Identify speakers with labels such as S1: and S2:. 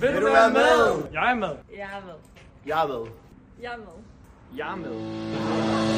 S1: Vil du være med? Jeg er med.
S2: Jeg er med.
S1: Jeg er med.
S2: Jeg er med.
S1: Jeg er med.